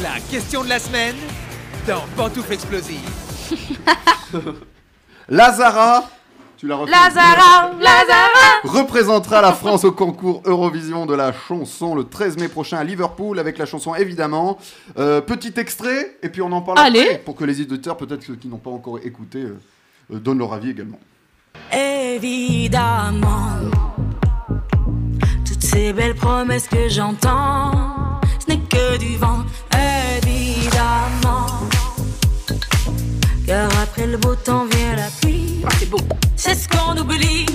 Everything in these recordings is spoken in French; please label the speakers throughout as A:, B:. A: La question de la semaine dans Pantoufle Explosive.
B: Lazara, tu l'as reconnu,
C: Lazara, Lazara
B: représentera la France au concours Eurovision de la chanson le 13 mai prochain à Liverpool avec la chanson évidemment. Euh, petit extrait et puis on en parle
C: Allez.
B: après pour que les éditeurs peut-être ceux qui n'ont pas encore écouté euh, euh, donnent leur avis également.
D: Évidemment, toutes ces belles promesses que j'entends, ce n'est que du vent. Évidemment, car après le beau temps vient la pluie. Ah, C'est beau, c'est ce qu'on oublie.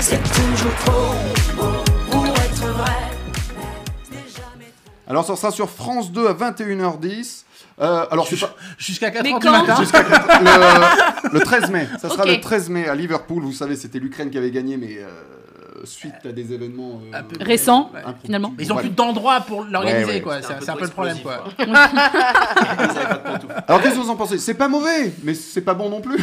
D: C'est toujours trop beau pour être vrai. mais ce n'est jamais trop.
B: Alors ça sera sur France 2 à 21h10. Euh, alors c'est pas-
E: Jusqu'à 4
C: Mais
E: h du
C: quand
E: matin.
B: Jusqu'à quatre- le, le 13 mai. Ça sera
C: Ok.
B: le 13 mai à Liverpool. Vous savez, c'était l'Ukraine qui avait gagné, mais euh, suite à des événements euh,
E: Un peu-
C: Récent.
E: Ouais.
B: impromptus.
C: finalement.
E: Mais Ils ont
B: Voilà.
E: plus d'endroit pour l'organiser,
B: Ouais, ouais.
E: quoi. C'est c'est un peu le problème, quoi.
B: Alors qu'est-ce que vous en pensez C'est pas mauvais, mais c'est pas bon non plus.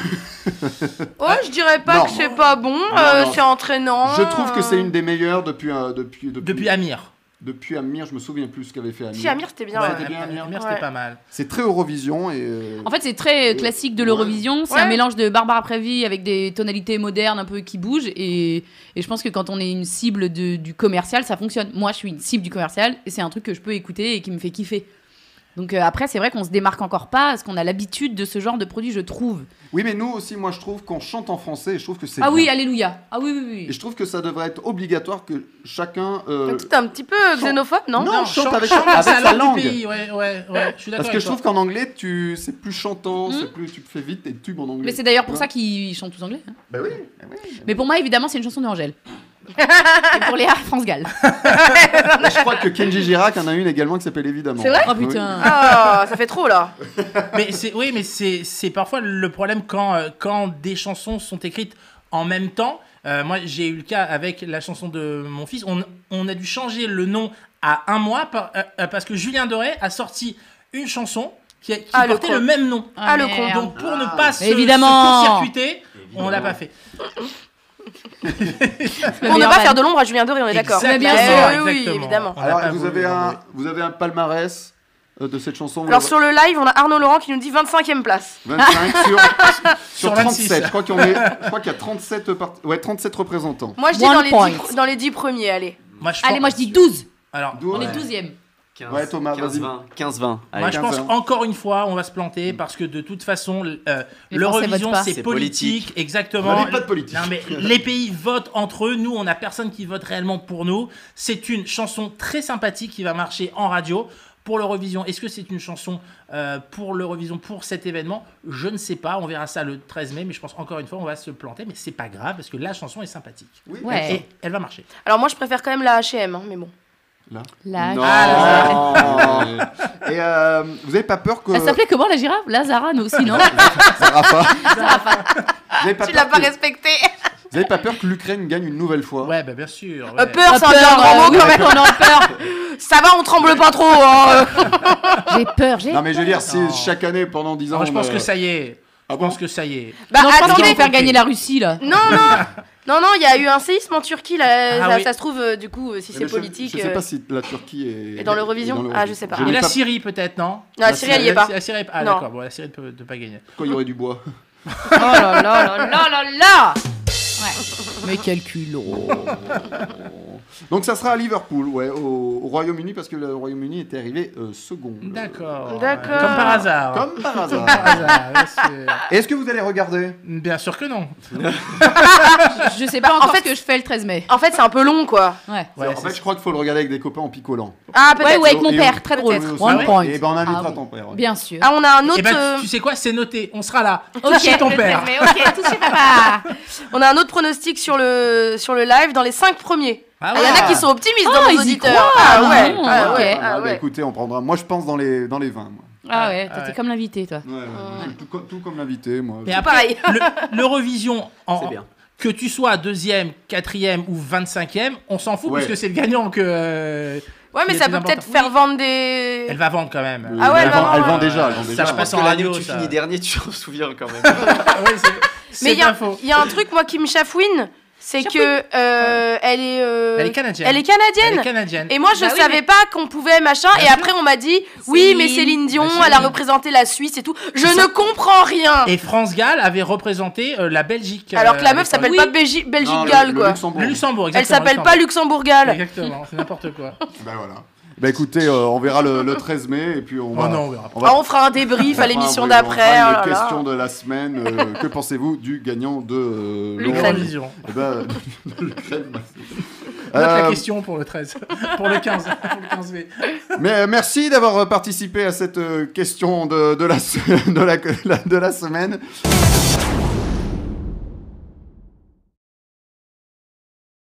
F: Oh, je dirais pas
B: Non.
F: que c'est pas bon,
B: Non,
F: euh,
B: non.
F: c'est entraînant.
B: Je trouve que c'est
F: euh,
B: une des meilleures depuis un- depuis depuis
E: Depuis Amir.
B: depuis Amir. Je me souviens plus ce qu'avait fait Amir.
F: Si Amir, c'était bien.
E: Ouais,
F: ouais.
B: c'était bien, Amir.
E: Amir, c'était
F: Ouais.
E: pas mal.
B: C'est très Eurovision et euh,
C: En fait, c'est très classique de l'Eurovision. C'est
F: Ouais.
C: un mélange de Barbara Prévi avec des tonalités modernes un peu qui bougent. Et, et je pense que quand on est une cible de- du commercial, ça fonctionne. Moi, je suis une cible du commercial et c'est un truc que je peux écouter et qui me fait kiffer. Donc euh, après, c'est vrai qu'on se démarque encore pas parce qu'on a l'habitude de ce genre de produit, je trouve.
B: oui, mais nous aussi, moi, je trouve qu'on chante en français. Et je trouve que c'est
C: Ah oui,
B: bien.
C: alléluia. Ah oui, oui,
B: Et
C: oui.
B: je trouve que ça devrait être obligatoire que chacun. euh,
F: C'était un petit peu
B: Chant.
F: xénophobe, non
B: Non, chante avec-
E: chante
B: avec
E: sa
B: sa
E: langue. du
B: langue.
E: pays, Ouais, ouais, ouais. Je suis d'accord.
B: parce que je
E: avec
B: trouve qu'en anglais, tu c'est plus chantant,
C: Hmm.
B: c'est plus tu fais vite tes tubes en anglais.
C: Mais c'est d'ailleurs pour
B: Ouais.
C: ça qu'ils chantent tous anglais. hein.
B: Bah oui. bah oui.
C: Mais pour moi, évidemment, c'est une chanson de Angèle. et pour Léa, France Gall.
B: Et je crois que Kenji Girac en a une également qui s'appelle évidemment.
F: C'est vrai
C: Oh
B: Oui.
C: putain.
F: Ah, ça fait trop là.
E: toi. Mais c'est, oui, mais c'est, c'est parfois le problème quand, euh, quand des chansons sont écrites en même temps. Euh, moi, j'ai eu le cas avec la chanson de mon fils. On, on a dû changer le nom à un mois par- euh, euh, parce que Julien Doré a sorti une chanson qui, a- qui
F: Ah, le
E: portait
F: con.
E: le même nom.
F: Ah, le con,
C: merde.
E: Donc pour ne pas se,
C: Évidemment.
E: se court-circuiter, on l'a pas fait.
C: Le
F: On ne
C: meilleur
F: va
C: van.
F: faire de l'ombre à Julien Doré, on est d'accord.
C: Mais bien
F: Eh
E: sûr.
F: oui,
E: Exactement.
F: évidemment.
E: On l'a
B: Alors
E: pas
B: vous
E: voulu,
B: avez
E: hein, on l'a
B: un
E: voulu.
B: vous avez un palmarès euh, de cette chanson. vous
F: Alors
B: l'avez-
F: sur le live, on a Arnaud Laurent qui nous dit 25ème place.
B: 25 sur, sur
E: Sur 26.
B: 37. Je crois qu'on est- je crois qu'il y a 37 part- ouais 37 représentants.
F: Moi je dis
C: One
F: dans les,
C: point.
F: 10, pr- dans les 10 premiers, allez.
E: Moi, je
C: Allez,
E: pense-
C: moi je dis 12.
E: Alors,
B: D'où-
C: On est
B: ouais.
C: 12ème.
G: 15,
B: Ouais, Thomas, vas-y.
G: 20. 15-20.
E: Moi,
G: Allez.
B: 15
E: je pense
B: heures.
E: encore une fois, on va se planter parce que de toute façon, l- euh,
C: Les Français
E: l'Eurovision,
C: votent pas.
E: c'est
G: C'est
E: politique,
B: On n'avait
E: exactement.
B: pas de politique.
E: Non, mais les pays votent entre eux. Nous, on n'a personne qui vote réellement pour nous. C'est une chanson très sympathique qui va marcher en radio. Pour l'Eurovision, est-ce que c'est une chanson euh, pour l'Eurovision, pour cet événement Je ne sais pas, on verra ça le 13 mai, mais je pense encore une fois, on va se planter, mais c'est pas grave, parce que la chanson est sympathique.
B: Oui,
C: Ouais.
E: Et elle va marcher.
F: Alors moi je préfère quand même la HM, hein, mais bon.
B: Là.
C: La
B: Non.
F: Ah,
B: Et euh, vous avez pas peur que
C: Elle s'appelait comment la girafe Lazara, nous aussi, non
B: ça ira pas. Vous avez pas
F: Tu
B: peur
F: l'as pas
B: que-
F: respecté.
B: vous avez pas peur que l'Ukraine gagne une nouvelle fois
E: Ouais, bah bien sûr.
F: Euh,
E: ouais.
F: peur, c'est un bien grand
C: euh,
F: mot quand même.
C: On a peur.
F: Ça va, on tremble pas trop. hein.
C: J'ai peur, j'ai
B: Non mais je veux dire, si
E: Non.
B: chaque année pendant 10 ans.
E: Non, je pense
B: euh,
E: que ça y est.
B: Ah
E: Je
B: bon
E: pense que ça y est.
F: Bah
C: non, je pense qu'ils
F: attendez.
C: vont faire gagner la Russie là.
F: Non, non. Non, non, il y a eu un séisme en Turquie, là,
E: Ah
F: ça,
E: oui.
F: ça se trouve, euh, du coup, euh, si
B: mais
F: c'est
B: je-
F: politique.
B: Je sais
F: euh,
B: pas si la Turquie est.
F: est dans l'Eurovision Ah, je sais pas.
B: Je l'ai
E: Et la
B: pas-
E: Syrie peut-être, non
F: Non, Ah, la Syrie, elle y est pas.
E: La Syrie, ah
F: Non.
E: d'accord, bon, la Syrie ne peut, ne peut pas gagner.
B: Quand il y aurait du bois.
C: Oh là là là là là là Ouais. Mais quel culot.
B: Donc ça sera à Liverpool, ouais, au, au Royaume-Uni, parce que le Royaume-Uni était arrivé euh, second.
E: D'accord.
F: D'accord.
E: Comme par hasard.
B: Comme par hasard.
E: Par hasard, ouais, c'est-
B: Et Est-ce que vous allez regarder
E: Bien sûr que non.
C: Je sais pas
F: Bah, en
C: encore
F: fait-
C: ce que je fais le 13 mai.
F: En fait, c'est un peu long, quoi.
C: Ouais.
E: Ouais,
B: En
E: c'est-
B: fait, je crois qu'il faut le regarder avec des copains en picolant.
F: Ah,
C: Ouais,
F: peut-être.
C: ouais, avec mon
B: Et
C: père,
B: on-
C: très drôle.
F: peut-être.
B: Oui, aussi.
C: One point.
B: Et ben on invitera
C: Ah oui.
B: ton père. ouais.
C: Bien sûr.
F: Ah, on a un autre,
E: Eh ben,
F: euh,
E: tu sais quoi, c'est noté, on sera là.
C: Ok,
E: chez ton
C: le
E: père.
C: 13 mai, ok, tout chez papa.
F: on a un autre pronostic sur le, sur le live dans les 5 premiers.
E: Ah
F: Ah, Il y en a
B: ouais.
F: qui sont optimistes
C: Ah,
F: dans
C: ils y
F: nos auditeurs.
C: croient,
F: Ah ouais,
C: non,
F: ah
C: ok.
F: ouais,
B: Ah,
F: ah
B: bah,
F: ouais.
B: écoutez, on prendra. Moi, je pense dans les, dans les 20. Moi.
C: Ah ouais,
E: Ah
C: toi, t'es
E: ouais.
C: comme l'invité toi.
B: Ouais, ouais, Tout, co- tout comme l'invité, moi.
E: Et après,
F: Pareil.
E: le- l'Eurovision, en-
G: C'est bien.
E: que tu sois deuxième, quatrième ou 25e, on s'en fout
B: Ouais.
E: puisque c'est le gagnant que. euh,
F: Ouais, mais
E: le
F: ça
E: plus
F: peut peut-être
E: important.
F: faire vendre des.
E: Elle va vendre quand même.
F: Ah ouais, elle
B: elle,
F: va
B: vend, elle
F: vendre,
B: vend déjà. elle vend
E: Ça
B: déjà.
E: va pas-
G: Parce
E: sans
G: que l'année
E: radio,
G: où tu
E: ça.
G: finis dernier, tu te souviens quand même.
E: Ah ouais, c'est-
F: Mais
E: c'est
F: il y, a-
E: pas faux.
F: il y a un truc, moi, qui me chafouine. c'est
C: Cher
F: que euh, elle est euh,
E: Elle est canadienne.
F: elle est canadienne.
E: Elle est canadienne.
F: Et moi, je
C: Bah oui,
F: savais
C: mais-
F: pas qu'on pouvait machin.
E: Bah
F: et
E: sûr.
F: après, on m'a dit oui, mais Céline Dion,
E: Céline.
F: elle a représenté la Suisse et tout. Je
E: C'est
F: ne
E: ça.
F: comprends rien.
E: Et France Gall avait représenté euh, la Belgique.
F: Ah. Alors que
E: euh,
F: la
E: à
F: meuf
E: l'époque.
F: s'appelle
C: Oui.
F: pas Belgi- Belgique
B: Non, le-
F: Gall,
B: le
F: quoi.
B: Luxembourg.
E: Le Luxembourg,
F: Elle
E: exactement.
F: s'appelle pas Luxembourg Gall.
E: Exactement, c'est n'importe quoi.
B: Bah voilà. Bah écoutez, euh, on verra le, le 13 mai et puis on va.
E: Oh non, on verra pas.
B: va-
F: Ah, on fera un débrief à l'émission
B: on fera- on
F: d'après. oh
B: fera
F: là
B: Une
F: là.
B: question de la semaine. euh, que pensez-vous du gagnant de euh,
F: L'Ukraine.
B: l'Eurovision
E: L'Eurovision.
B: Eh ben, l'Ukraine.
E: Note la
B: Euh,
E: question pour le 13. pour le 15. Pour le 15 mai.
B: Mais euh, merci d'avoir euh, participé à cette euh, question de, de la, se- de, la, de la semaine.